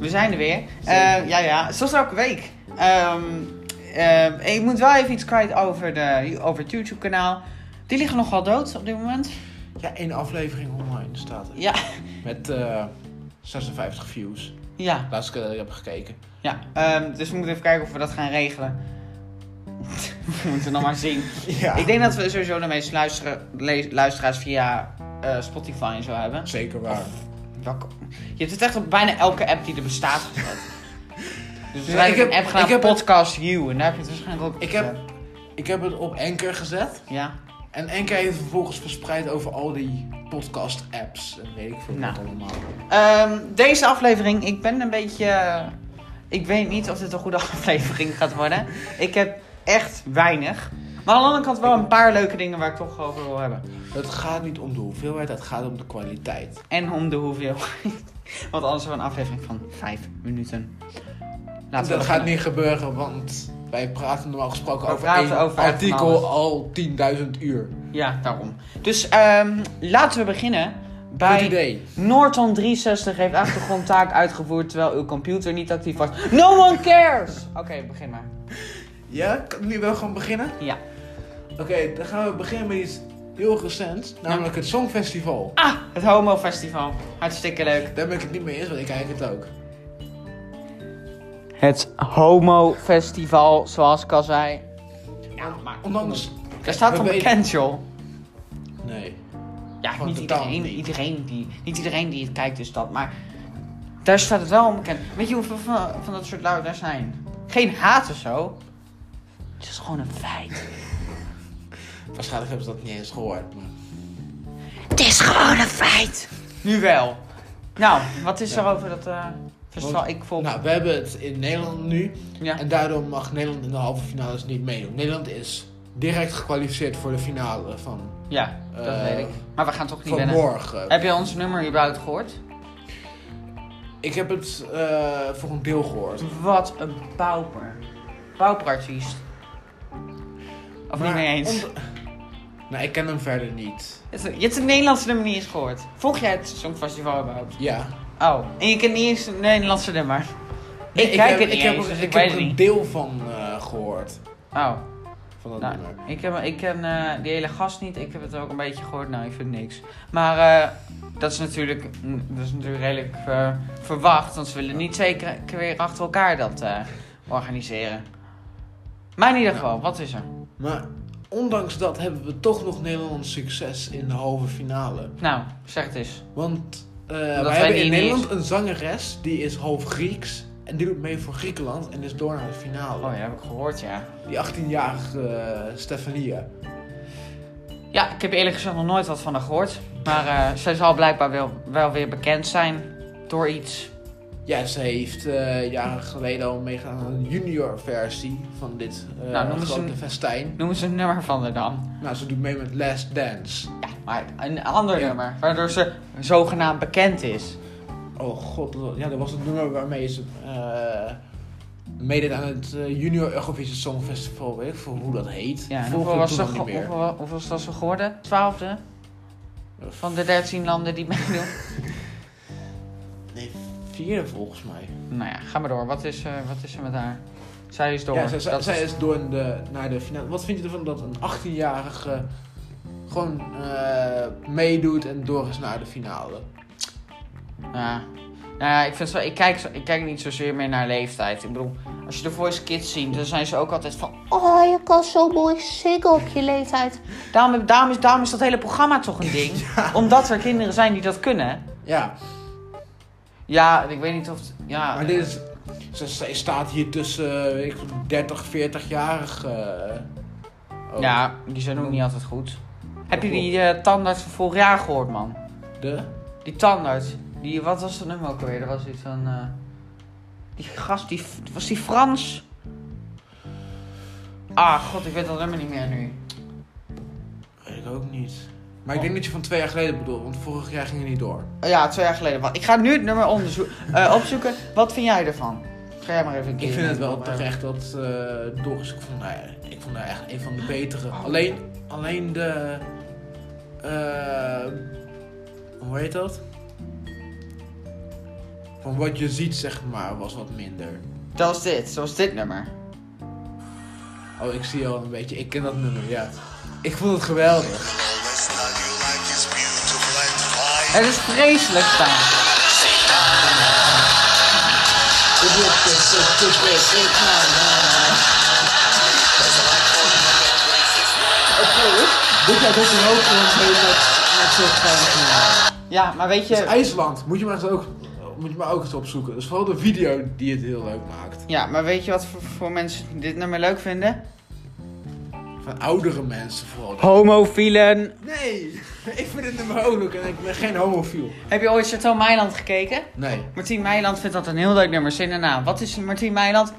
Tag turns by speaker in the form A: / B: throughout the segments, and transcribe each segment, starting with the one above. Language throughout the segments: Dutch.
A: We zijn er weer.
B: Zeker.
A: Eh, ja, ja. Zoals elke week. Ehm, eh, ik moet wel even iets kwijt over, de, over het YouTube-kanaal. Die liggen nogal dood op dit moment.
B: Ja, één aflevering online staat er.
A: Ja.
B: Met eh, 56 views.
A: Ja,
B: Laatst ik eh, heb gekeken.
A: ja. Ehm, dus we moeten even kijken of we dat gaan regelen. we moeten nog maar zien.
B: Ja.
A: Ik denk dat we sowieso de meeste luisteren- le- luisteraars via eh, Spotify en zo hebben.
B: Zeker waar.
A: Welke- Je hebt het echt op bijna elke app die er bestaat gezet. Dus
B: Ja,
A: wij
B: ik
A: hebben een
B: heb-
A: app gedaan,
B: ik heb-
A: Podcast You. En daar heb je het waarschijnlijk ook op
B: Ik
A: gezet.
B: heb, ik heb het op Anchor gezet.
A: Ja.
B: En Anchor heeft het vervolgens verspreid over al die podcast apps. En weet ik veel
A: Nou.
B: wat allemaal.
A: Ehm, deze aflevering, ik ben een beetje... eh, Ik weet niet of dit een goede aflevering gaat worden. Ik heb echt weinig. Maar aan de andere kant wel een paar leuke dingen waar ik toch over wil hebben.
B: Het gaat niet om de hoeveelheid, het gaat om de kwaliteit.
A: En om de hoeveelheid. Want anders hebben we een aflevering van vijf minuten.
B: En
A: we
B: dat gaat niet gebeuren, want wij praten normaal gesproken
A: We
B: over
A: praten
B: één
A: over van alles.
B: artikel al 10.000 uur.
A: Ja, daarom. Dus ehm, laten we beginnen bij...
B: Goed idee.
A: Norton 360 heeft achtergrondtaak uitgevoerd terwijl uw computer niet actief was. No one cares! Oké, begin maar.
B: Ja, kan ik nu wel gaan beginnen?
A: Ja.
B: Oké, dan gaan we beginnen met iets heel recents, namelijk het Songfestival.
A: Ah, het Homo Festival. Hartstikke leuk.
B: Daar ben ik het niet mee eens, want ik kijk het ook.
A: Het Homo Festival, zoals ik al zei. Ja, maar
B: Ondanks...
A: Daar staat
B: we
A: toch
B: weten-
A: bekend, joh?
B: Nee.
A: Ja,
B: Gewoon
A: niet
B: totaal
A: iedereen,
B: niet.
A: iedereen die, niet iedereen die het kijkt is dat, maar daar staat het wel onbekend. Weet je hoeveel van, van dat soort lui daar zijn? Geen haat of zo. Het is gewoon een feit.
B: Waarschijnlijk hebben ze dat niet eens gehoord. Maar...
A: Het is gewoon een feit! Nu wel. Nou, wat is er over dat eh, festival? Ik volg...
B: Nou, we hebben het in Nederland nu.
A: ja.
B: En daardoor mag Nederland in de halve finales niet meedoen. Nederland is direct gekwalificeerd voor de finale van,
A: ja, dat
B: Eh,
A: weet ik. Maar we gaan toch niet
B: van
A: wennen.
B: morgen.
A: Heb je ons nummer überhaupt gehoord?
B: Ik heb het eh, voor een deel gehoord.
A: Wat een pauper. Pauperartiest. Of niet
B: Maar
A: mee eens.
B: om- Nou, ik ken hem verder niet.
A: Het- Je hebt het Nederlandse nummer niet eens gehoord. Volg jij het Songfestival überhaupt?
B: Ja.
A: Oh, en je kent niet eens het Nederlandse nummer. Ik kijk
B: heb,
A: het niet
B: ik heb,
A: eens,
B: er-
A: dus ik
B: ik
A: weet
B: heb
A: het
B: er een
A: niet.
B: deel van eh, gehoord.
A: Oh,
B: Van dat
A: nou,
B: nummer.
A: ik, heb, ik ken eh, die hele gast niet. Ik heb het ook een beetje gehoord. Nou, ik vind niks. Maar eh, dat, is natuurlijk, mm, dat is natuurlijk redelijk eh, verwacht. Want ze willen niet twee keer- keer weer achter elkaar dat eh, organiseren. Maar in ieder
B: Ja.
A: geval, wat is er?
B: Maar ondanks dat hebben we toch nog Nederlands succes in de halve finale.
A: Nou, zeg het eens.
B: Want eh
A: wij
B: wij hebben
A: die
B: in
A: niet-
B: Nederland een zangeres die is half Grieks. En die doet mee voor Griekenland en is door naar de finale.
A: Oh ja, heb ik gehoord, ja.
B: Die 18-jarige eh Stefania.
A: Ja, ik heb eerlijk gezegd nog nooit wat van haar gehoord. Maar eh, zij zal blijkbaar wel, wel weer bekend zijn door iets.
B: Ja, ze heeft eh, jaren geleden al meegedaan aan een junior versie van dit eh
A: Nou, noem eens
B: grote
A: een-
B: festijn.
A: Noem ze een nummer van haar dan.
B: Nou, ze doet mee met Last Dance.
A: Maar een ander
B: Ja.
A: nummer, waardoor ze zogenaamd bekend is.
B: Oh god, dat- ja, dat was het nummer waarmee ze eh meedeed aan het eh, Junior Eurovisie Songfestival. Weet ik veel hoe dat heet.
A: Ja, en
B: Volg
A: hoeveel
B: ik
A: was,
B: toen
A: ze,
B: nog
A: ge-
B: niet meer.
A: hoeveel, hoeveel is dat ze geworden? Twaalfde
B: Eh,
A: van de dertien landen die meedoen.
B: Nee, vierde volgens mij.
A: nou ja, ga maar door. Wat is, eh, wat is er met haar? Zij is door.
B: Ja, zij, zij-
A: Dat is-
B: zij is door in de, naar de finale. Wat vind je ervan dat een 18-jarige gewoon eh, meedoet en door is naar de finale?
A: Ja. Nou ja, ik, vind zo, ik, kijk, zo- ik kijk niet zozeer meer naar leeftijd. Ik bedoel, als je de Voice Kids ziet, dan zijn ze ook altijd van... Oh, je kan zo mooi zingen op je leeftijd. Daarom, heb- daarom, is, daarom is dat hele programma toch een ding. Omdat er kinderen zijn die dat kunnen.
B: Ja,
A: Ja, ik weet niet of... het- Ja,
B: maar dit is. Ze, zij staat hier tussen eh, weet ik, veel, 30, 40-jarige. eh, ook.
A: ja die zijn ook niet altijd goed. Heb je die eh, tandarts van vorig jaar gehoord, man?
B: De?
A: Die tandarts. Die, wat was dat nummer ook alweer? Er was iets van... eh, die gast, die, was die Frans? Ah, god, ik weet dat nummer niet meer nu.
B: Weet ik ook niet. Maar ik denk dat je van twee jaar geleden bedoelt, want vorig jaar ging je niet door.
A: Eh, Ja, twee jaar geleden. Wa- Ik ga nu het nummer onderzoe- eh, opzoeken. Wat vind jij ervan? Ga jij maar even een keer
B: Ik vind het wel
A: opnemen.
B: terecht dat eh Doris, ik vond haar, ik vond haar echt een van de betere. Alleen, alleen de, eh, hoe heet dat? van wat je ziet, zeg maar, was wat minder.
A: Dat was dit, zoals dit nummer.
B: Oh, ik zie al een beetje. Ik ken dat nummer, ja. Ik vond het geweldig.
C: Always love you like it's beautiful and fine.
A: Het is vreselijk staan.
B: Dit jaar was een hoop van een hele met zo'n Het
A: Ja, maar weet
B: is
A: je...
B: eh, Dus IJsland. Moet je, maar eens ook, moet je maar ook eens opzoeken. Dus vooral de video die het heel leuk maakt.
A: Ja, maar weet je wat voor, voor mensen dit nummer leuk vinden?
B: Van oudere mensen vooral.
A: Homofielen.
B: Nee, ik vind het nummer ook leuk en ik ben geen homofiel.
A: Heb je ooit Chantal Meiland gekeken?
B: Nee.
A: Martien Meiland vindt dat een heel leuk nummer. Zin en naam. Wat is Martien Meiland?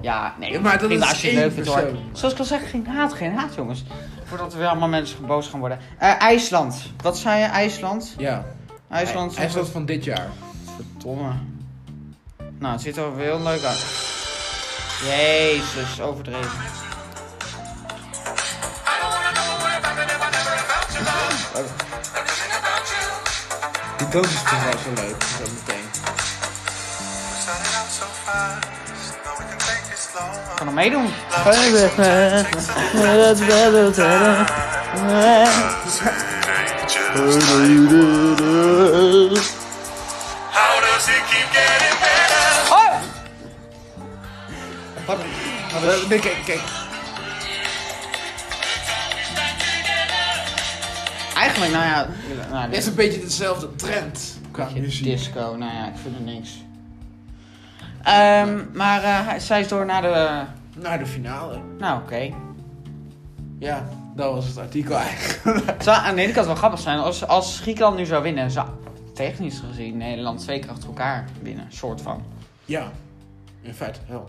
A: Ja, nee.
B: Ja, maar dat
A: prima
B: is
A: als je
B: één
A: leuk vindt, hoor.
B: persoon.
A: Zoals ik al zeg, geen haat, geen haat, jongens. Voordat er weer allemaal mensen boos gaan worden. Eh, IJsland. Wat zei je? IJsland?
B: Ja.
A: IJsland.
B: IJsland van dit jaar.
A: Verdomme. Nou, het ziet er wel heel leuk uit. Jezus, overdreven.
B: Die doos is toch wel zo leuk, zo meteen.
C: Started out so fast, now we can take it slow.
A: Kan nog meedoen.
C: Love takes some time, takes some time. How does it keep getting better?
A: Oh! Wat?
B: Eh, nee, kijk, kijk.
A: Eigenlijk, nou ja. Nou,
B: Het is
A: dit
B: een beetje dezelfde trend qua
A: is
B: muziek.
A: disco, nou ja, ik vind er niks. Ehm, maar eh, zij is door naar de.
B: Naar de finale.
A: Nou, oké.
B: Ja, dat was het artikel eigenlijk.
A: Het Zou aan de ene kant wel grappig zijn als, als Griekenland nu zou winnen. Zou technisch gezien Nederland twee keer achter elkaar winnen, soort van.
B: ja, in feite wel.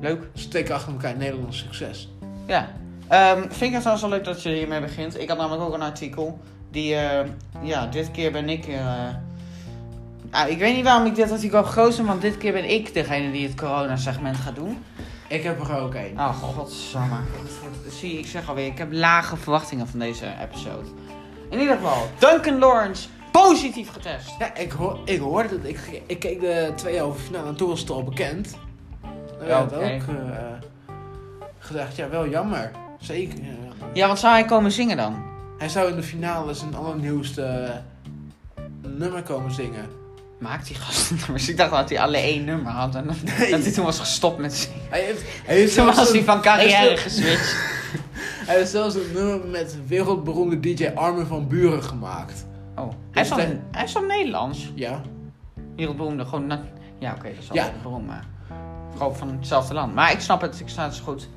A: Leuk.
B: Steken achter elkaar Nederlands succes.
A: Ja. Ehm, vind ik het trouwens wel leuk dat je hiermee begint. Ik had namelijk ook een artikel. Die, eh, ja, dit keer ben ik... eh, ah, ik weet niet waarom ik dit artikel heb gekozen, want dit keer ben ik degene die het corona-segment gaat doen.
B: Ik heb er ook één.
A: Oh, godsamme. Zie, ik zeg alweer, ik heb lage verwachtingen van deze episode. In ieder geval, Duncan Lawrence, positief getest.
B: Ja, ik, hoor, ik hoorde het. Ik, ik keek de twee halve finale en toen was het al bekend. Dan
A: Ja,
B: werd het
A: oké.
B: ook eh, gedacht, ja wel jammer. Zeker. ja, jammer.
A: Ja, wat zou hij komen zingen dan?
B: Hij zou in de finale zijn allernieuwste eh, nummer komen zingen.
A: Maakt die gast nummers? Dus Ik dacht dat hij alleen één nummer had en dat hij toen was gestopt met zingen.
B: Hij heeft, hij heeft
A: Toen
B: zelfs
A: was
B: een-
A: hij van
B: hij
A: carrière
B: heeft-
A: geswitcht.
B: Hij heeft zelfs een nummer met wereldberoemde DJ Armin van Buren gemaakt.
A: Oh, hij is,
B: Dus
A: dan,
B: de-
A: hij is dan Nederlands.
B: Ja.
A: Wereldberoemde, gewoon... na- Ja, oké, dat is wel
B: Ja.
A: wereldberoemd, maar... Gewoon van hetzelfde land. Maar ik snap het, ik snap het is goed.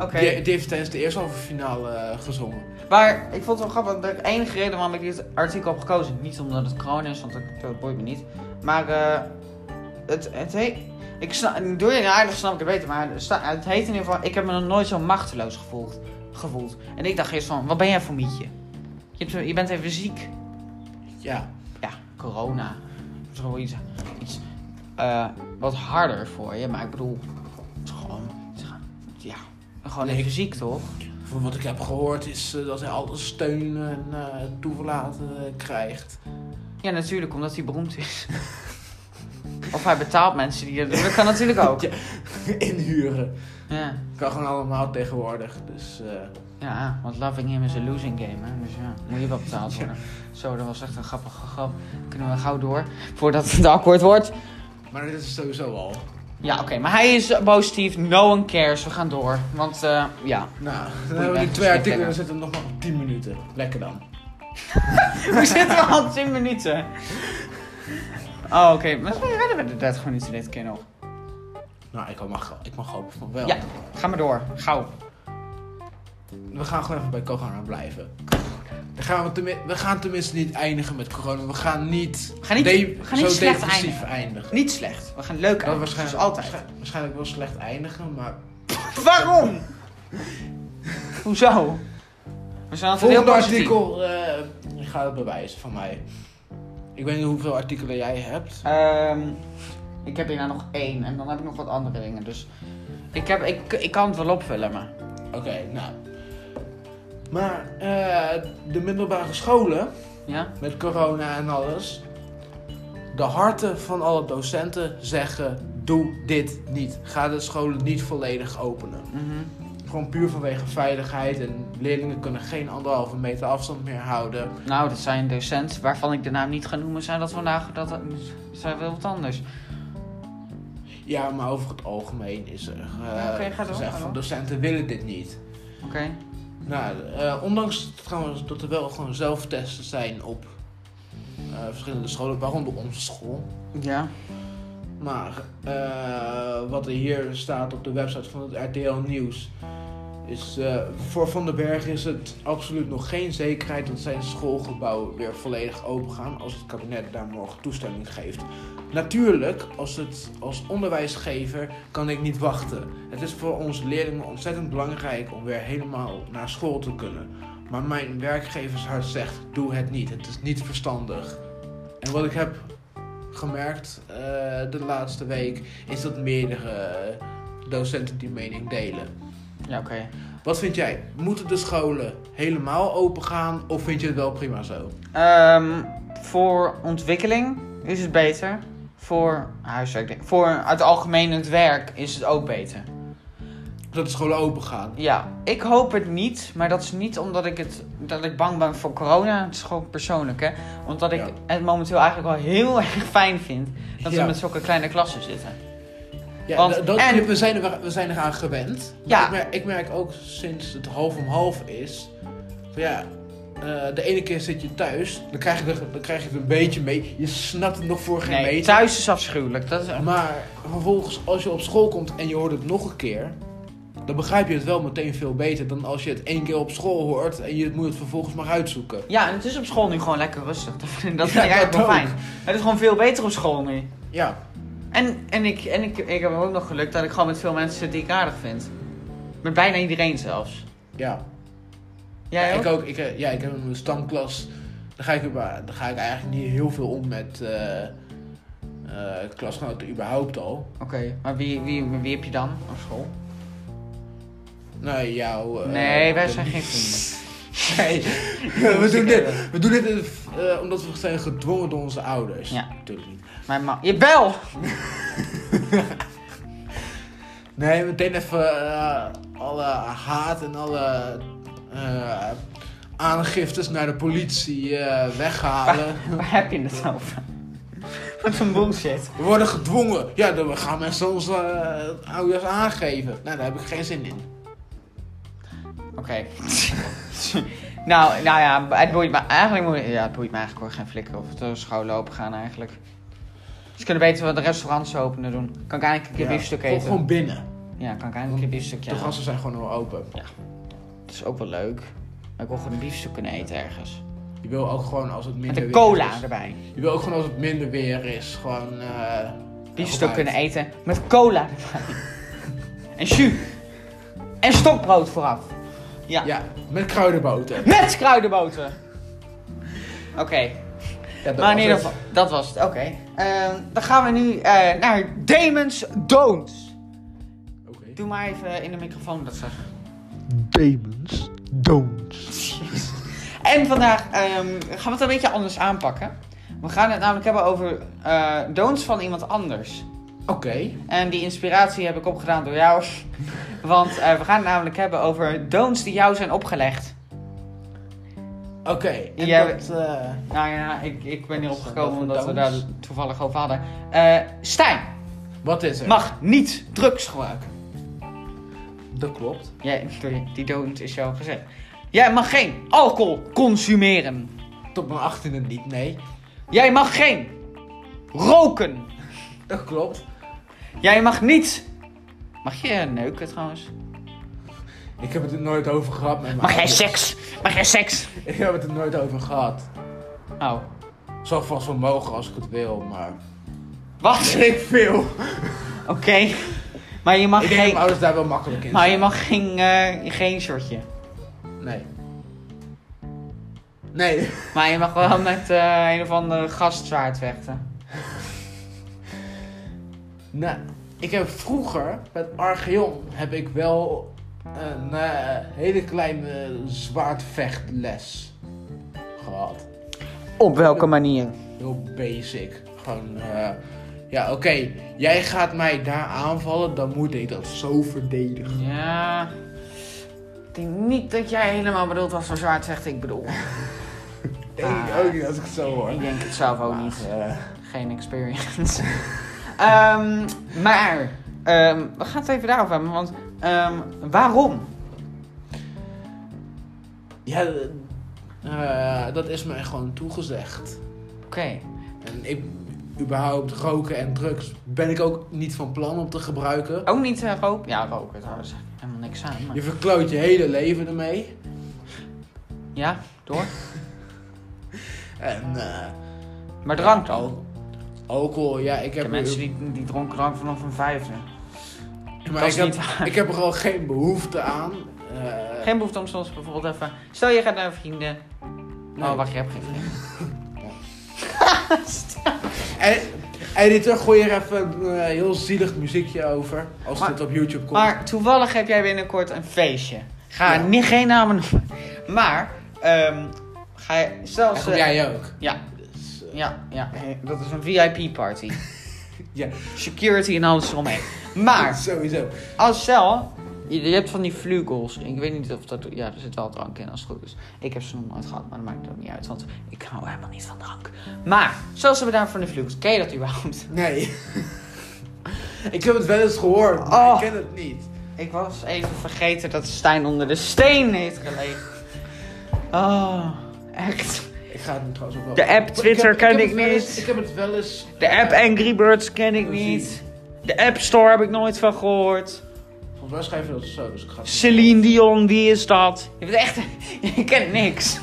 A: Oké,
B: Die, die heeft tijdens de eerste halve finale eh, gezongen.
A: maar ik vond het wel grappig. De enige reden waarom ik dit artikel heb gekozen... Niet omdat het corona is, want dat, dat boeit me niet. Maar eh, het, het heet... Ik snap, door je aardig snap ik het beter, maar het sta- het heet in ieder geval... Ik heb me nog nooit zo machteloos gevoeld. gevoeld. En ik dacht eerst van, wat ben jij voor mietje? Je, hebt, je bent even ziek.
B: Ja.
A: ja, corona. Dat is gewoon iets, iets eh, wat harder voor je. Maar ik bedoel, het is gewoon, het is gewoon- ja, gewoon
B: Nee,
A: even
B: ik-
A: ziek, toch?
B: Van wat ik heb gehoord is eh, dat hij alle steun en eh, toeverlaten eh, krijgt.
A: Ja, natuurlijk, omdat hij beroemd is. of hij betaalt mensen die dat doen. Dat kan natuurlijk ook.
B: Ja. Inhuren.
A: Ja.
B: Kan gewoon allemaal tegenwoordig. Dus eh,
A: ja, want loving him is a losing game, hè. Dus ja, moet je wel betaald worden. Zo, dat was echt een grappige grap. Kunnen we gauw door, voordat het akkoord wordt.
B: Maar dit is sowieso al.
A: Ja, oké, maar hij is positief. No one cares. We gaan door. Want, eh, ja.
B: Nou, dan
A: weg,
B: hebben we nu
A: dus
B: twee
A: ik
B: artikelen en
A: ken
B: dan zitten we nog maar op 10 minuten. Lekker dan.
A: We zitten al 10 minuten. Oh, oké. Maar we redden we de 30 minuten dit keer nog.
B: Nou, ik mag, ik mag hopen van wel.
A: Ja, ga maar door. Gauw.
B: We gaan gewoon even bij corona blijven. Dan gaan we, tenmi- we gaan tenminste niet eindigen met corona. We gaan niet,
A: We gaan niet-
B: de-
A: we gaan niet
B: zo
A: slecht
B: depressief eindigen.
A: Niet slecht. We gaan leuk
B: Dat
A: aan.
B: waarschijnlijk,
A: Zoals altijd.
B: waarschijn- waarschijnlijk wel slecht eindigen, maar
A: Waarom? Hoezo? We zijn altijd
B: volgende
A: heel positief.
B: artikel eh gaat het bewijzen van mij. Ik weet niet hoeveel artikelen jij hebt.
A: Ehm, ik heb hierna nog één. En dan heb ik nog wat andere dingen. Dus ik, heb, ik, ik kan het wel opvullen, maar...
B: Oké, nou. Maar eh, de middelbare scholen
A: Ja?
B: met corona en alles. De harten van alle docenten zeggen: doe dit niet. Ga de scholen niet volledig openen.
A: Mhm.
B: Gewoon puur vanwege veiligheid en leerlingen kunnen geen anderhalve meter afstand meer houden.
A: Nou, dat zijn docenten waarvan ik de naam niet ga noemen, zijn dat vandaag dat, zijn wel wat anders.
B: Ja, maar over het algemeen is er eh,
A: Ja, oké, ga door,
B: gezegd
A: ga
B: van
A: door.
B: docenten willen dit niet.
A: Oké.
B: Nou, eh, ondanks trouwens dat er wel gewoon zelftesten zijn op eh, verschillende scholen, waaronder onze school.
A: Ja.
B: Maar eh, wat er hier staat op de website van het RTL Nieuws. Is, eh, voor Van den Berg is het absoluut nog geen zekerheid dat zijn schoolgebouw weer volledig open gaan als het kabinet daar morgen toestemming geeft. Natuurlijk, als, het, als onderwijsgever kan ik niet wachten. Het is voor onze leerlingen ontzettend belangrijk om weer helemaal naar school te kunnen. Maar mijn werkgevershart zegt, doe het niet. Het is niet verstandig. En wat ik heb gemerkt eh, de laatste week is dat meerdere eh, docenten die mening delen.
A: Ja, oké.
B: Wat vind jij? Moeten de scholen helemaal open gaan of vind je het wel prima zo?
A: Ehm, voor ontwikkeling is het beter. Voor huiswerk, denk ik. voor het algemeen het werk is het ook beter.
B: Dat de scholen open gaan.
A: Ja, ik hoop het niet, maar dat is niet omdat ik, het, dat ik bang ben voor corona. Het is gewoon persoonlijk, hè. Omdat ik
B: Ja.
A: het momenteel eigenlijk wel heel erg fijn vind dat
B: Ja.
A: we met zulke kleine klassen zitten.
B: Ja,
A: Want-
B: d- dat,
A: en-
B: we, zijn er, we zijn eraan gewend. Maar
A: Ja.
B: Ik, merk, ik merk ook sinds het half om half is. Van ja, eh, de ene keer zit je thuis, dan krijg je, er, dan krijg je het een beetje mee. Je snapt het nog voor geen
A: Nee,
B: meter.
A: thuis is afschuwelijk. Dat is,
B: Maar vervolgens, als je op school komt en je hoort het nog een keer, dan begrijp je het wel meteen veel beter dan als je het één keer op school hoort en je moet het vervolgens maar uitzoeken.
A: Ja, en het is op school nu gewoon lekker rustig. Dat vind, dat
B: Ja,
A: vind ik eigenlijk
B: dat
A: wel
B: ook.
A: fijn. Het is gewoon veel beter op school nu.
B: Ja,
A: En, en, ik, en ik, ik heb ook nog geluk dat ik gewoon met veel mensen zit die ik aardig vind. Met bijna iedereen zelfs.
B: ja.
A: Jij
B: ja,
A: ook?
B: ik ook. Ik, eh, ja, ik heb een stamklas. Daar ga ik, uber- daar ga ik eigenlijk niet heel veel om met eh, eh, klasgenoten überhaupt al.
A: Oké, maar wie, wie, wie heb je dan op school?
B: Nou, jou. eh,
A: nee, wij
B: de-
A: zijn geen vrienden.
B: Nee, we doen dit, we doen dit eh, omdat we zijn gedwongen door onze ouders.
A: Ja.
B: natuurlijk niet.
A: Mijn man... Jawel!
B: Nee, meteen even eh, alle haat en alle eh, aangiftes naar de politie eh, weghalen.
A: Waar heb je het over? Wat een bullshit.
B: We worden gedwongen. Ja, dan we gaan mensen onze eh, ouders aangeven. Nou, daar heb ik geen zin in.
A: Oké. nou, nou ja, het boeit me eigenlijk, moet- ja, het boeit me eigenlijk hoor, geen flikker of de scholen open gaan eigenlijk. Ze kunnen beter wat restaurants openen doen. Kan ik eigenlijk een keer
B: Ja,
A: biefstuk
B: gewoon-
A: eten?
B: Gewoon binnen.
A: Ja, kan ik eigenlijk een keer biefstukje
B: De
A: halen.
B: gasten zijn gewoon al open.
A: Dat is ook wel leuk. Maar ik wil gewoon een biefstuk kunnen eten ergens.
B: Je wil ook gewoon als het minder
A: Met een
B: weer
A: cola
B: is.
A: erbij.
B: Je wil ook gewoon als het minder weer is. Gewoon. eh,
A: Biefstuk
B: eruit.
A: dus kunnen eten met cola erbij. en jus. En stokbrood vooraf. Ja.
B: Ja, met kruidenboten.
A: Met kruidenboter. Oké,
B: Ja, dat
A: maar in
B: was
A: ieder
B: het.
A: geval, dat was het. Oké. Ehm, dan gaan we nu eh, naar Demons Don'ts.
B: Oké.
A: Doe maar even in de microfoon dat zeggen.
B: Demons, don'ts.
A: En vandaag ehm, gaan we het een beetje anders aanpakken. We gaan het namelijk hebben over eh don'ts van iemand anders.
B: Oké.
A: En die inspiratie heb ik opgedaan door jou. Want eh, we gaan het namelijk hebben over don'ts die jou zijn opgelegd.
B: Oké. En
A: Jij-
B: dat, eh,
A: Nou ja, ik, ik ben hierop
B: Wat
A: gekomen
B: voor
A: omdat we daar
B: don'ts?
A: toevallig over hadden. Eh, Stijn
B: wat is er?
A: mag niet drugs gebruiken.
B: Dat klopt.
A: Jij, sorry, die don't is jou gezegd. Jij mag geen alcohol consumeren.
B: Tot mijn achttiende niet, nee.
A: Jij mag geen roken.
B: Dat klopt.
A: Jij mag niet... Mag je eh, neuken trouwens?
B: Ik heb het er nooit over gehad met mijn
A: Mag jij
B: ouders.
A: seks? Mag jij seks?
B: Ik heb het er nooit over gehad.
A: Oh,
B: Zal vast wel mogen als ik het wil, maar...
A: wat?
B: Ik veel.
A: Oké. Maar je mag
B: Ik denk dat
A: geen...
B: mijn ouders daar wel makkelijk in
A: Maar je
B: zijn.
A: mag geen, eh, geen shortje.
B: Nee. Nee.
A: Maar je mag wel met eh, een of andere gastzwaard vechten.
B: Nou, ik heb vroeger met Archeon heb ik wel een eh, hele kleine zwaardvechtles gehad.
A: Op welke manier?
B: heel basic. Gewoon, eh, ja, oké, jij gaat mij daar aanvallen, dan moet ik dat zo verdedigen.
A: Ja. Ik denk niet dat jij helemaal bedoeld was zoals Zwaard zegt, ik bedoel.
B: Denk ik ook niet als ik het zo hoor.
A: Ik denk het zelf ook
B: Maar,
A: niet.
B: Ah. eh,
A: Geen experience. Ehm, maar, ehm, we gaan het even daarover hebben, want ehm, waarom?
B: ja, eh, dat is mij gewoon toegezegd.
A: Oké.
B: En ik, überhaupt roken en drugs ben ik ook niet van plan om te gebruiken.
A: Ook niet eh, roken? Ja, roken, daar is helemaal niks aan. maar-
B: Je verkloot je hele leven ermee.
A: Ja, door.
B: En eh,
A: Maar drank dan?
B: al- alcohol, ja, ik
A: Ik
B: heb
A: ken
B: er-
A: mensen die, die dronken drank vanaf een vijfde.
B: maar
A: dat
B: ik
A: is
B: heb,
A: niet waar.
B: ik heb er gewoon geen behoefte aan. Eh,
A: Geen behoefte om soms bijvoorbeeld even... Stel, je gaat naar vrienden.
B: Nee.
A: Oh, wacht, je hebt geen vrienden.
B: En Editor, gooi er even een eh, heel zielig muziekje over. Als
A: Maar-
B: dit op YouTube komt.
A: Maar toevallig heb jij binnenkort een feestje. Ga
B: Ja.
A: niet, geen namen noemen. Maar, ehm, ga je... Stel,
B: en
A: ze-
B: kom jij ook.
A: eh, Ja,
B: Dus, eh,
A: ja, ja. Dat is een VIP-party.
B: ja,
A: Security en alles eromheen. Maar,
B: sowieso.
A: Als stel, je je hebt van die vlugels. Ik weet niet of dat. Ja, er zit wel drank in als het goed is. Ik heb ze nog nooit gehad, maar dat maakt ook niet uit. Want ik hou helemaal niet van drank. Maar, zoals we daar van die vlugels. Ken je dat überhaupt?
B: Nee. ik heb het wel eens gehoord, maar
A: Oh.
B: ik ken het niet.
A: Ik was even vergeten dat Stijn onder de steen heeft gelegen. Oh, echt.
B: Ik ga het nu trouwens ook wel...
A: De app
B: Ik heb-
A: Twitter
B: ik
A: ken
B: heb
A: ik
B: het wel eens-
A: niet.
B: ik heb het wel eens...
A: De app Angry Birds ken ik niet. De App Store heb ik nooit van gehoord.
B: Volgens mij schrijf je dat zo, dus ik ga het niet-
A: Celine Dion, wie is dat? Je bent echt... Je kent niks.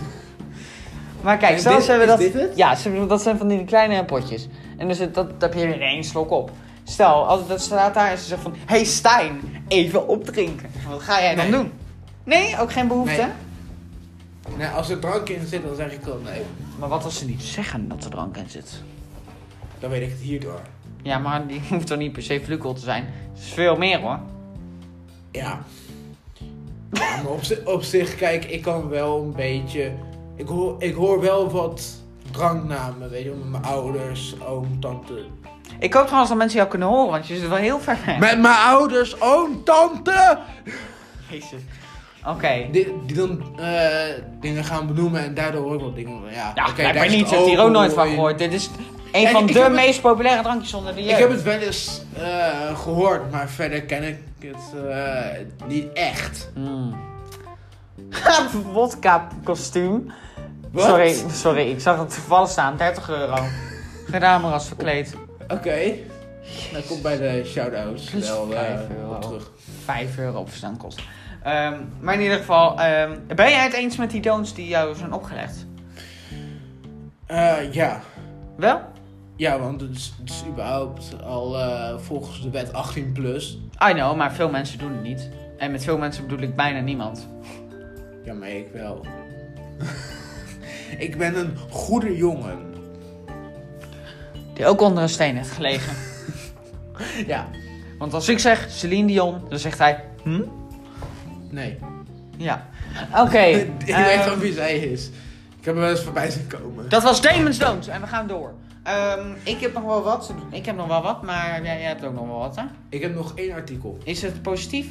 A: Maar kijk,
B: Is
A: zelfs
B: dit-
A: hebben we
B: is
A: dat...
B: dit het?
A: Ja, ze- dat zijn van die kleine potjes. En dus het- dat, dat heb je er in één slok op. Stel, als dat staat daar en ze zegt van... Hé hey Stijn, even opdrinken. Wat ga jij dan
B: Nee.
A: doen? Nee, ook geen behoefte?
B: Nee. Nee, als er drank in zit, dan zeg ik al nee.
A: Maar wat als ze niet zeggen dat er drank in zit?
B: Dan weet ik het hierdoor.
A: Ja, maar die hoeft dan niet per se flukkel te zijn. Dat is veel meer hoor.
B: Ja. Ja, maar op, zi- op zich, kijk, ik kan wel een beetje. Ik hoor, ik hoor wel wat dranknamen, weet je, wel, met mijn ouders, oom, tante.
A: Ik hoop trouwens dat mensen jou kunnen horen, want je zit wel heel ver weg.
B: Met mijn ouders, oom, tante!
A: Jezus. Oké.
B: Die, die dan eh, dingen gaan benoemen en daardoor hoor ik wel dingen. van, Ja,
A: Ja,
B: oké,
A: lijkt
B: daar
A: mij
B: is
A: niet. Ik
B: het
A: heb hier ook nooit van
B: alcohol in.
A: gehoord. Dit is een
B: Ja,
A: van
B: ik
A: de
B: heb het-
A: meest populaire drankjes onder de jeugd.
B: Ik heb het wel eens eh, gehoord, maar verder ken ik het eh, niet echt.
A: Mm. Wodka kostuum.
B: Wat?
A: Sorry, sorry, ik zag het toevallig staan. 30 euro. Gedaan maar als verkleed.
B: Oké. Dan komt bij de shout-outs
A: Plus
B: wel eh,
A: vijf euro.
B: op terug.
A: 5 euro verstand kost. Ehm, maar in ieder geval, ehm, ben jij het eens met die don'ts die jou zijn opgelegd?
B: Eh, ja.
A: Wel?
B: Ja, want het is, het is überhaupt al eh, volgens de wet 18 plus.
A: I know, maar veel mensen doen het niet. En met veel mensen bedoel ik bijna niemand.
B: Ja, maar ik wel. ik ben een goede jongen.
A: Die ook onder een steen heeft gelegen.
B: Ja,
A: Want als ik zeg Celine Dion, dan zegt hij... Hm?
B: nee.
A: Ja. Oké.
B: ik weet
A: ehm,
B: gewoon wie zij is. Ik heb hem wel eens voorbij zien komen.
A: dat was Damon's Don't en we gaan door. Ehm, ik heb nog wel wat. te doen. Ik heb nog wel wat, maar jij, jij hebt ook nog wel wat, hè?
B: Ik heb nog één artikel.
A: Is het positief?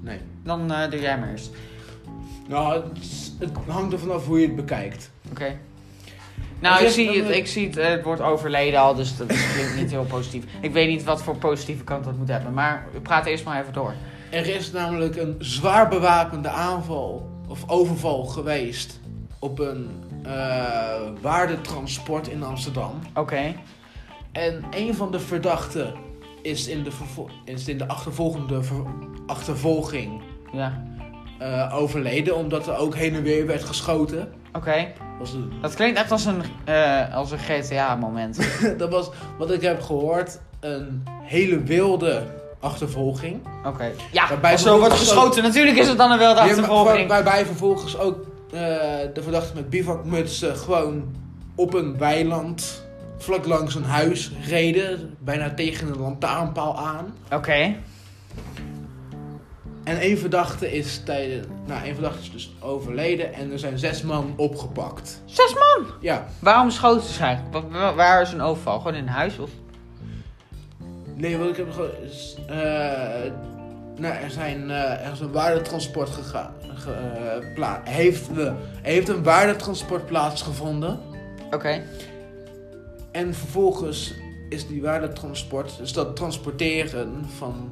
B: Nee.
A: Dan eh, doe jij maar eerst.
B: Nou, het, is- het hangt er vanaf hoe je het bekijkt.
A: Oké. Nou,
B: Ik
A: ik
B: zeg
A: zie,
B: dat
A: het,
B: we-
A: ik zie het, eh, het wordt overleden al, dus dat klinkt niet heel positief. Ik weet niet wat voor positieve kant dat moet hebben, maar praat eerst maar even door.
B: Er is namelijk een zwaar bewapende aanval of overval geweest op een eh, waardetransport in Amsterdam.
A: Oké.
B: En een van de verdachten is in de, vervo- is in de achtervolgende ver- achtervolging
A: Ja.
B: eh, overleden, omdat er ook heen en weer werd geschoten.
A: Oké.
B: Was een-
A: Dat klinkt echt als een, eh, als een GTA-moment.
B: dat was, wat ik heb gehoord, een hele wilde achtervolging.
A: Oké. Ja,
B: Waarbij
A: als er
B: ze-
A: wordt geschoten, natuurlijk is het dan een wilde
B: Ja, maar- waar-
A: achtervolging.
B: waarbij vervolgens ook eh, de verdachte met bivakmutsen gewoon op een weiland vlak langs een huis reden, bijna tegen een lantaarnpaal aan.
A: Oké.
B: En één verdachte is tijdens. Nou, één verdachte is dus overleden en er zijn zes man opgepakt.
A: Zes man! gedaan?
B: Ja,
A: Waarom schoten ze eigenlijk? Wa- wa- Waar is een overval? Gewoon in een huis of?
B: nee, want ik heb gewoon... is, eh, nou, er, zijn, eh, er is een waardetransport gegaan. ge- eh, pla- heeft, eh, heeft een waardetransport plaatsgevonden.
A: Oké.
B: En vervolgens is die waardetransport, dus dat transporteren van,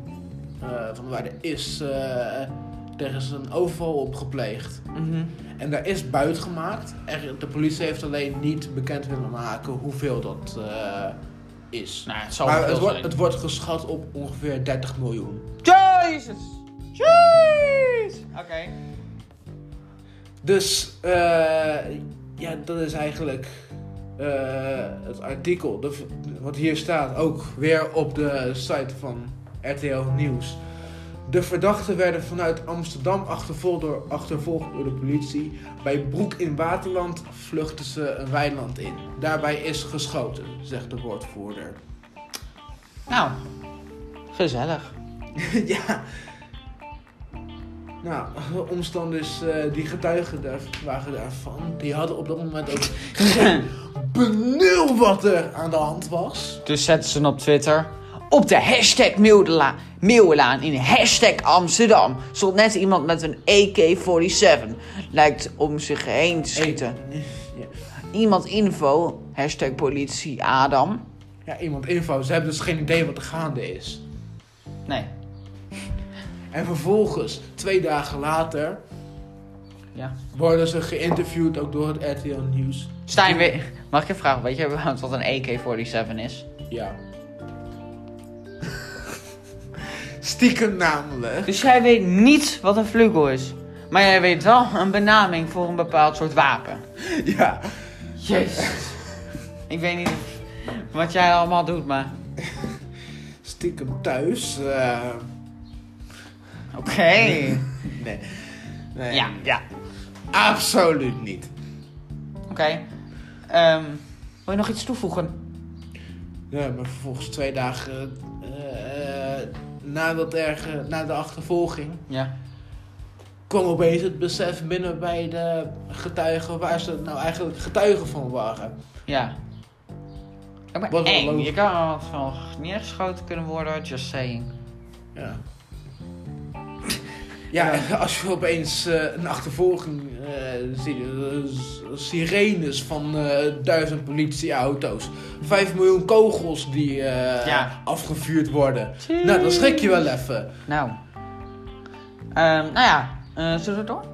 B: eh, van de waarde, is, eh, er is een overval op gepleegd.
A: Mhm.
B: En daar is buit gemaakt. Er, de politie heeft alleen niet bekend willen maken hoeveel dat eh, is.
A: Nou, het zal wel
B: maar
A: veel
B: het wordt,
A: zijn.
B: het wordt geschat op ongeveer 30 miljoen.
A: Jezus! Jeez! Oké.
B: Dus eh, ja, dat is eigenlijk eh, het artikel. De, wat hier staat, ook weer op de site van RTL Nieuws. De verdachten werden vanuit Amsterdam achtervolgd door, achtervolgd door de politie. Bij Broek in Waterland vluchtten ze een weiland in. Daarbij is geschoten, zegt de woordvoerder.
A: Nou, gezellig.
B: ja. Nou, omstanders eh, die getuigen daar, waren daarvan, die hadden op dat moment ook geen benul wat er aan de hand was.
A: Dus zetten ze hem op Twitter. Op de hashtag Meeuwdela- Meeuwenlaan in hashtag Amsterdam stond net iemand met een AK-47. Lijkt om zich heen te schieten.
B: Ja.
A: Iemand info, hashtag politie Adam.
B: ja, iemand info. Ze hebben dus geen idee wat er gaande is.
A: Nee.
B: En vervolgens, twee dagen later,
A: Ja.
B: worden ze geïnterviewd ook door het RTL Nieuws.
A: Stijn, we- mag ik je vragen, weet je überhaupt wat een AK-47 is?
B: Ja. Stiekem namelijk.
A: Dus jij weet niet wat een vlugel is. Maar jij weet wel een benaming voor een bepaald soort wapen.
B: Ja.
A: Jezus. ik weet niet wat jij allemaal doet, maar...
B: Stiekem thuis. eh,
A: Oké.
B: Nee. nee.
A: Ja, ja.
B: Absoluut niet.
A: Oké. Ehm, wil je nog iets toevoegen?
B: Ja, maar vervolgens twee dagen eh, eh, nadat er, eh, na de achtervolging
A: Ja.
B: kwam opeens het besef binnen bij de getuigen waar ze nou eigenlijk getuigen van waren.
A: Ja. Ik ben
B: Wat wel
A: eng.
B: logisch.
A: Je kan wel van neergeschoten kunnen worden, just saying.
B: Ja. Ja, en als je opeens eh, een achtervolging eh, ziet, eh, s- sirenes van eh, duizend politieauto's, vijf miljoen kogels die eh,
A: Ja.
B: afgevuurd worden. Nou, dan schrik je wel even.
A: Nou. Ehm, nou ja, Eh zullen we door?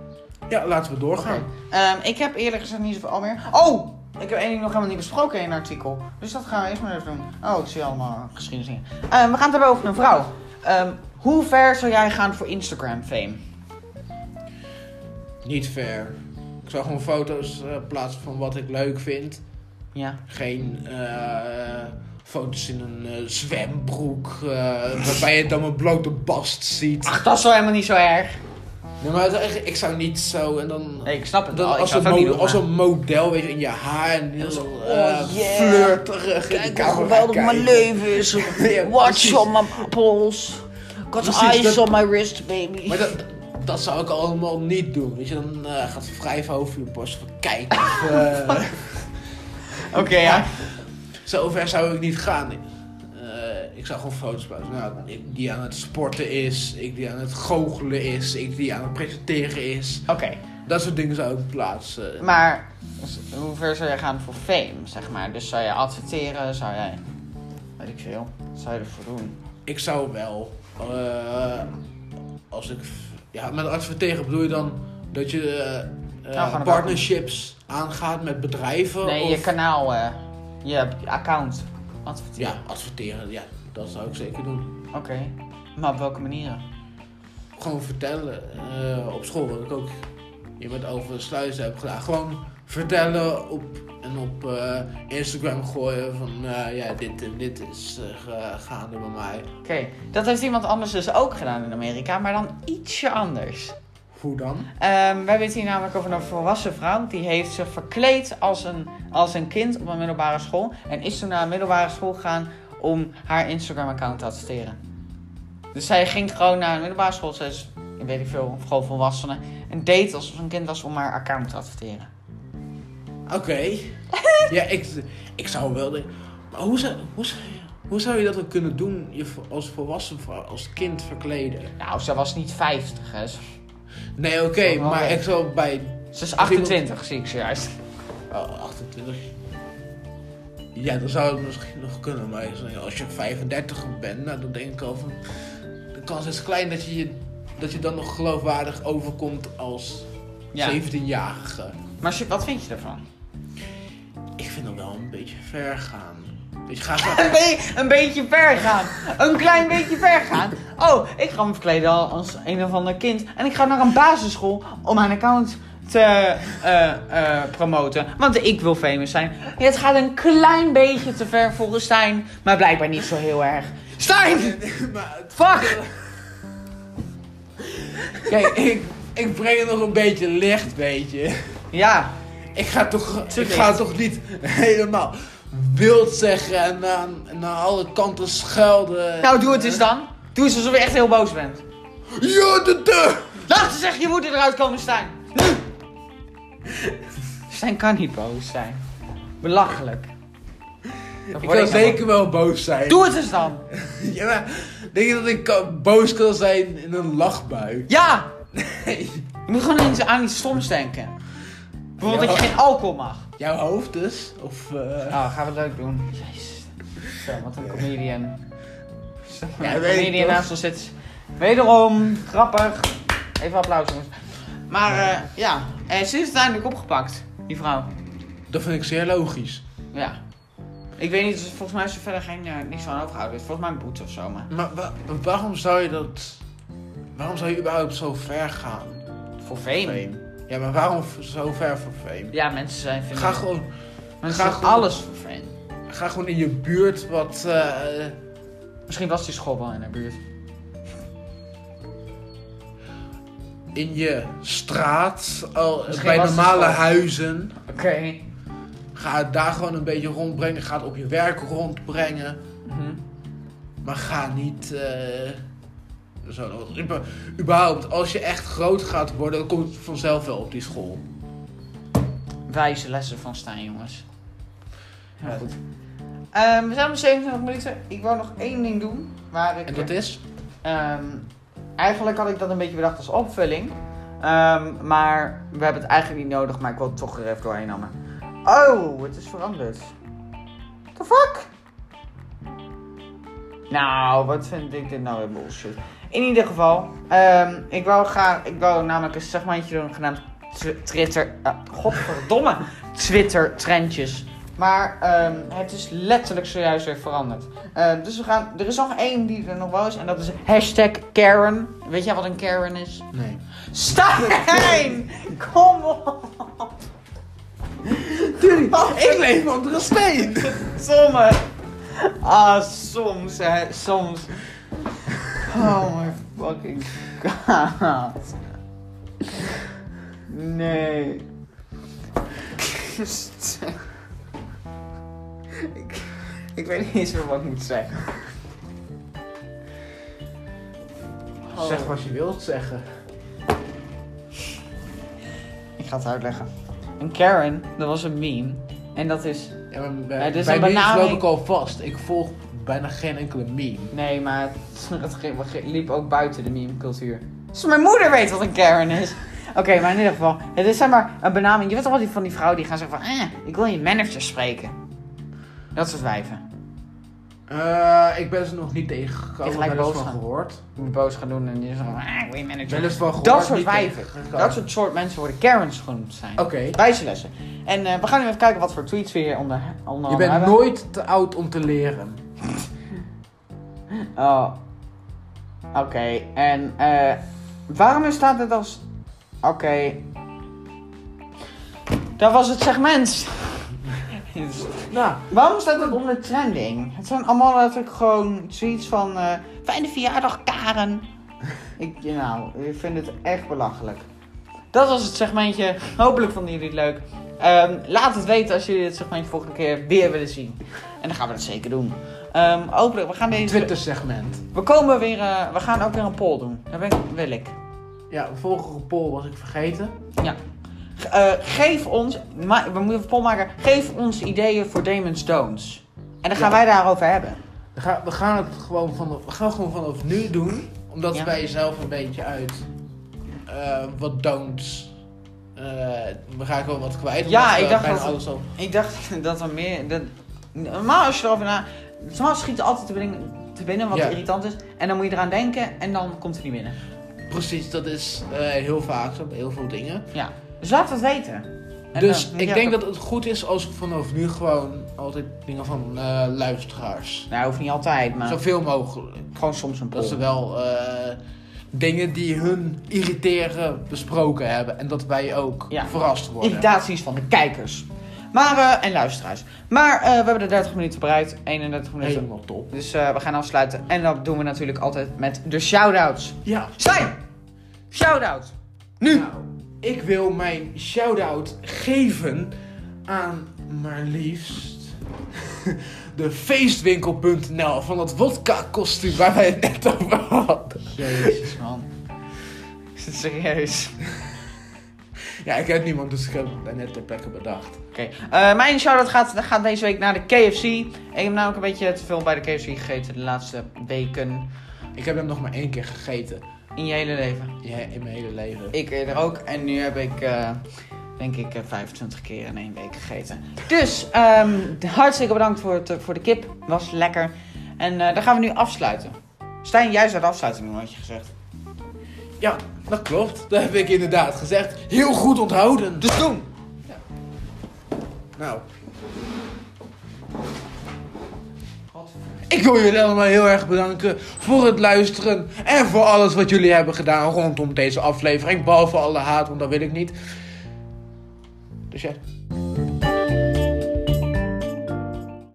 B: Ja, laten we doorgaan.
A: Ehm, ik heb eerlijk gezegd niet zoveel meer. Oh! Ik heb één ding nog helemaal niet besproken in een artikel. Dus dat gaan we eerst maar even doen. Oh, ik zie allemaal geschiedenis in. Ehm, we gaan het hebben over een vrouw. Ehm, hoe ver zou jij gaan voor Instagram fame?
B: Niet fair. Ik zou gewoon foto's eh, plaatsen van wat ik leuk vind.
A: Ja.
B: Geen eh, foto's in een eh, zwembroek. eh, waarbij je dan mijn blote bast ziet.
A: Ach, dat is wel helemaal niet zo erg.
B: Nee, maar het- ik zou niet zo. En dan,
A: Nee, ik snap het
B: dan
A: wel. Ik
B: als,
A: zou
B: een
A: het ook niet
B: mo-
A: doen.
B: als
A: maar-
B: een model weet je, in je haar. En heel zo eh,
A: Oh, yeah.
B: flirterig.
A: Kijk
B: in de
A: hoe
B: camera
A: geweldig mijn
B: kijken.
A: leven is.
B: Ja,
A: Watch
B: precies.
A: on my apples. Got
B: Precies,
A: eyes
B: dat-
A: on my wrist, baby.
B: Maar dat, dat zou ik allemaal niet doen. Weet je, dan eh, gaat ze wrijven over je borst. Van kijken. Of, eh,
A: Oké, ja.
B: Zo ver zou ik niet gaan. Eh, ik zou gewoon foto's plaatsen. Nou, ik die aan het sporten is, ik die aan het goochelen is, ik die aan het presenteren is.
A: Oké,
B: Dat soort dingen zou ik plaatsen.
A: maar dus hoe ver zou jij gaan voor fame, zeg maar? Dus zou je adverteren, zou jij... Weet ik veel. Wat zou je ervoor doen?
B: Ik zou wel, eh, als ik. Ja, met adverteren bedoel je dan dat je eh, eh,
A: Nou, gewoon een
B: partnerships aangaat met bedrijven?
A: Nee,
B: of,
A: je kanaal, eh, je account adverteren.
B: Ja, adverteren, ja, dat zou ik zeker doen.
A: Oké, maar op welke manieren?
B: Gewoon vertellen eh, op school, wat ik ook hier met over sluizen heb gedaan. Gewoon vertellen op, en op eh, Instagram gooien van eh, ja, dit en dit is eh, gaande bij mij.
A: Oké, dat heeft iemand anders dus ook gedaan in Amerika, maar dan ietsje anders.
B: Hoe dan?
A: Ehm we hebben het hier namelijk over een volwassen vrouw. Die heeft zich verkleed als een, als een kind op een middelbare school. En is toen naar een middelbare school gegaan om haar Instagram-account te adverteren. Dus zij ging gewoon naar een middelbare school. Ze is, weet ik veel, gewoon volwassenen. En deed alsof ze een kind was om haar account te adverteren.
B: Oké. ja, ik, ik zou wel... de- Maar hoe zou, hoe, zou, hoe zou je dat dan kunnen doen je vo- als volwassen vrouw, als kind verkleden?
A: Nou, ze was niet 50, hè. Ze
B: Nee, oké,
A: Oh, oké.
B: maar ik zal bij
A: ze is 28, zie ik zojuist.
B: oh, 28... Ja, dan zou het misschien nog kunnen, maar als je 35 bent, nou, dan denk ik al van... De kans is klein dat je, je, dat je dan nog geloofwaardig overkomt als
A: Ja.
B: 17-jarige.
A: Maar Sjoerd, wat vind je ervan?
B: Ik vind dat wel een beetje ver gaan. Weet je, ga zo-
A: Een, be- een beetje ver gaan. Een klein beetje ver gaan. Oh, ik ga me verkleden al als een of ander kind. En ik ga naar een basisschool om mijn account te eh, eh, promoten. Want ik wil famous zijn. Ja, het gaat een klein beetje te ver volgens Stijn. Maar blijkbaar niet zo heel erg. Stijn!
B: maar het-
A: Fuck!
B: Kijk, ik, ik breng het nog een beetje licht, weet je.
A: Ja,
B: Ik ga toch,
A: Te
B: ik ga
A: licht.
B: toch niet helemaal wild zeggen en naar, naar alle kanten schelden.
A: nou doe het eens dan. Doe eens alsof je echt heel boos bent.
B: Ja, de deur!
A: Laat ze zeggen, je moet eruit komen, Stijn. Nu! Stijn kan niet boos zijn. Belachelijk. Dan
B: Ik
A: word
B: kan
A: nou
B: zeker wel boos zijn.
A: bo- Doe het eens dan.
B: Ja, maar denk je dat ik kan- boos kan zijn in een lachbui?
A: Ja!
B: Nee.
A: Je moet gewoon eens aan iets stoms denken. Bijvoorbeeld dat je
B: Ja.
A: geen alcohol mag.
B: Jouw hoofd dus? Of, eh
A: Nou, gaan we leuk doen. Jezus. Zo, wat een comedian. Zo,
B: Ja,
A: een
B: weet ik
A: comedian
B: toch.
A: naast ons zit. Wederom, grappig. Even applaus, jongens. Maar eh, ja, eh, ze is uiteindelijk opgepakt, die vrouw.
B: dat vind ik zeer logisch.
A: Ja. Ik weet niet, dus volgens mij is er verder geen, eh, niks van overgehouden. Volgens mij een boete of zo, maar
B: Maar wa- waarom zou je dat... Waarom zou je überhaupt zo ver gaan?
A: voor fame.
B: Fame. Ja, maar waarom v- zo ver voor fame?
A: Ja, mensen zijn vinden,
B: Ga gewoon
A: mensen
B: ga
A: doen
B: gewoon-
A: alles voor fame.
B: Ga gewoon in je buurt wat. eh,
A: Misschien was die school wel in de buurt.
B: in je straat, al,
A: Misschien
B: bij
A: was het
B: normale
A: wel.
B: huizen.
A: Oké.
B: Ga het daar gewoon een beetje rondbrengen. Ga het op je werk rondbrengen.
A: Mhm.
B: Maar ga niet. eh, zo, Uber- überhaupt, als je echt groot gaat worden, dan komt het vanzelf wel op die school.
A: Wijze lessen van Stijn, jongens. Maar goed. Ehm, we zijn op 27 minuten. Ik wou nog één ding doen. Waar ik,
B: En dat is?
A: Ehm, eigenlijk had ik dat een beetje bedacht als opvulling. Ehm, maar we hebben het eigenlijk niet nodig, maar ik wil het toch er even doorheen hammen. Oh, het is veranderd. The fuck? Nou, wat vind ik dit nou weer bullshit. In ieder geval, ehm, ik, wou graag, ik wou namelijk een segmentje doen genaamd Tw- Twitter... eh, godverdomme! Twitter-trendjes. Maar ehm, het is letterlijk zojuist weer veranderd. Eh, dus we gaan, er is nog één die er nog wel is en dat is hashtag Karen. Weet jij wat een Karen is?
B: Nee.
A: Stijn! Kom op! Oh,
B: ik leef onder een steen!
A: Sommige. Ah, soms, hè. Soms. Oh my fucking god. Nee. Ik, ik weet niet eens meer wat ik moet zeggen. Oh.
B: Zeg wat je wilt zeggen.
A: Ik ga het uitleggen. Een Karen, dat was een meme. En dat is...
B: Ja, maar bij
A: Ja, dit is
B: bij
A: een
B: memes
A: benaming.
B: loop ik al vast. Ik volg bijna geen enkele meme.
A: Nee, maar het, het ge- we ge- liep ook buiten de meme-cultuur. Dus mijn moeder weet wat een Karen is. Oké, maar in ieder geval, het is zeg maar een benaming. Je weet toch wel die van die vrouw die gaan zeggen van, eh, ik wil je manager spreken. Dat soort wijven.
B: Eh, ik ben ze nog niet tegengekomen.
A: Ik
B: Ik
A: gelijk
B: heb er
A: boos
B: van
A: gaan.
B: gehoord.
A: Die boos gaan doen en die zeggen van, eh, ik wil je
B: Ik
A: manager.
B: ben er van gehoord.
A: Dat soort
B: niet
A: wijven.
B: tegengekomen.
A: Dat soort soort mensen worden Karens genoemd zijn.
B: Oké.
A: Wijze lessen. En eh, we gaan nu even kijken wat voor tweets we hier onder, onder
B: Je
A: andere
B: bent
A: hebben.
B: nooit te oud om te leren.
A: Oh. Oké, en eh. waarom staat het als. Oké. Dat was het segment.
B: Nou,
A: waarom staat het onder trending? Het zijn allemaal natuurlijk gewoon tweets van. eh Fijne verjaardag, Karen. Ik, ja, nou, ik vind het echt belachelijk. Dat was het segmentje. Hopelijk vonden jullie het leuk. Ehm, laat het weten als jullie het segmentje volgende keer weer willen zien. En dan gaan we dat zeker doen. Ehm, hopelijk, we gaan deze...
B: Twitter segment.
A: We komen weer, eh, we gaan ook weer een poll doen. Dat ben ik, wil ik.
B: Ja, de vorige poll was ik vergeten.
A: Ja. eh, geef ons, ma- we moeten een poll maken, geef ons ideeën voor Demon's Stones. En dan gaan
B: Ja.
A: wij daarover hebben.
B: We gaan, we gaan het gewoon vanaf, we gaan gewoon vanaf nu doen. Omdat
A: Ja.
B: bij jezelf een beetje uit eh, wat don'ts. eh, we gaan gewoon wat kwijt.
A: Ja,
B: omdat we
A: ik dacht
B: bijna
A: dat-
B: alles al.
A: Ik dacht dat er meer. Dat, normaal als je erover na. Normaal schiet er altijd te binnen, te binnen wat
B: Ja.
A: irritant is. En dan moet je eraan denken en dan komt het niet binnen.
B: Precies, dat is eh, heel vaak zo bij heel veel dingen.
A: Ja. Dus laat het weten. En
B: dus
A: dan-
B: ik
A: ja,
B: denk dat het goed is als we vanaf nu gewoon altijd dingen van eh, luisteraars.
A: Nou, hoeft niet altijd, maar.
B: Zoveel mogelijk.
A: Gewoon soms een
B: Dat ze
A: poll.
B: wel eh, dingen die hun irriteren besproken hebben. En dat wij ook
A: Ja.
B: verrast worden.
A: Irritaties van de kijkers. Maar, eh, en luisteraars. Maar eh, we hebben de 30 minuten bereikt. 31 minuten.
B: Helemaal top.
A: Dus eh, we gaan afsluiten. En dat doen we natuurlijk altijd met de shout-outs.
B: Ja.
A: Stijn! Shout-out! Nu!
B: Nou, ik wil mijn shout-out geven aan maar liefst de feestwinkel.nl van dat wodka kostuum waar wij het net over hadden.
A: Jezus, man. Is het serieus?
B: Ja, ik heb niemand, dus ik heb het net ter plekke bedacht.
A: Oké. Eh, mijn shout-out gaat, gaat deze week naar de KFC. Ik heb namelijk een beetje te veel bij de KFC gegeten de laatste weken.
B: Ik heb hem nog maar één keer gegeten
A: In je hele leven.
B: ja, in mijn hele leven.
A: Ik eerder ook. En nu heb ik, eh, denk ik, eh, 25 keer in één week gegeten. Dus, ehm, hartstikke bedankt voor, het, eh, voor de kip. Was lekker. En eh dan gaan we nu afsluiten. Stijn, jij zou de afsluiting doen, had je gezegd.
B: Ja, dat klopt. Dat heb ik inderdaad gezegd. Heel goed onthouden.
A: Dus doen!
B: Nou. Ik wil jullie allemaal heel erg bedanken voor het luisteren en voor alles wat jullie hebben gedaan rondom deze aflevering. Behalve alle haat, want dat wil ik niet. Dus ja,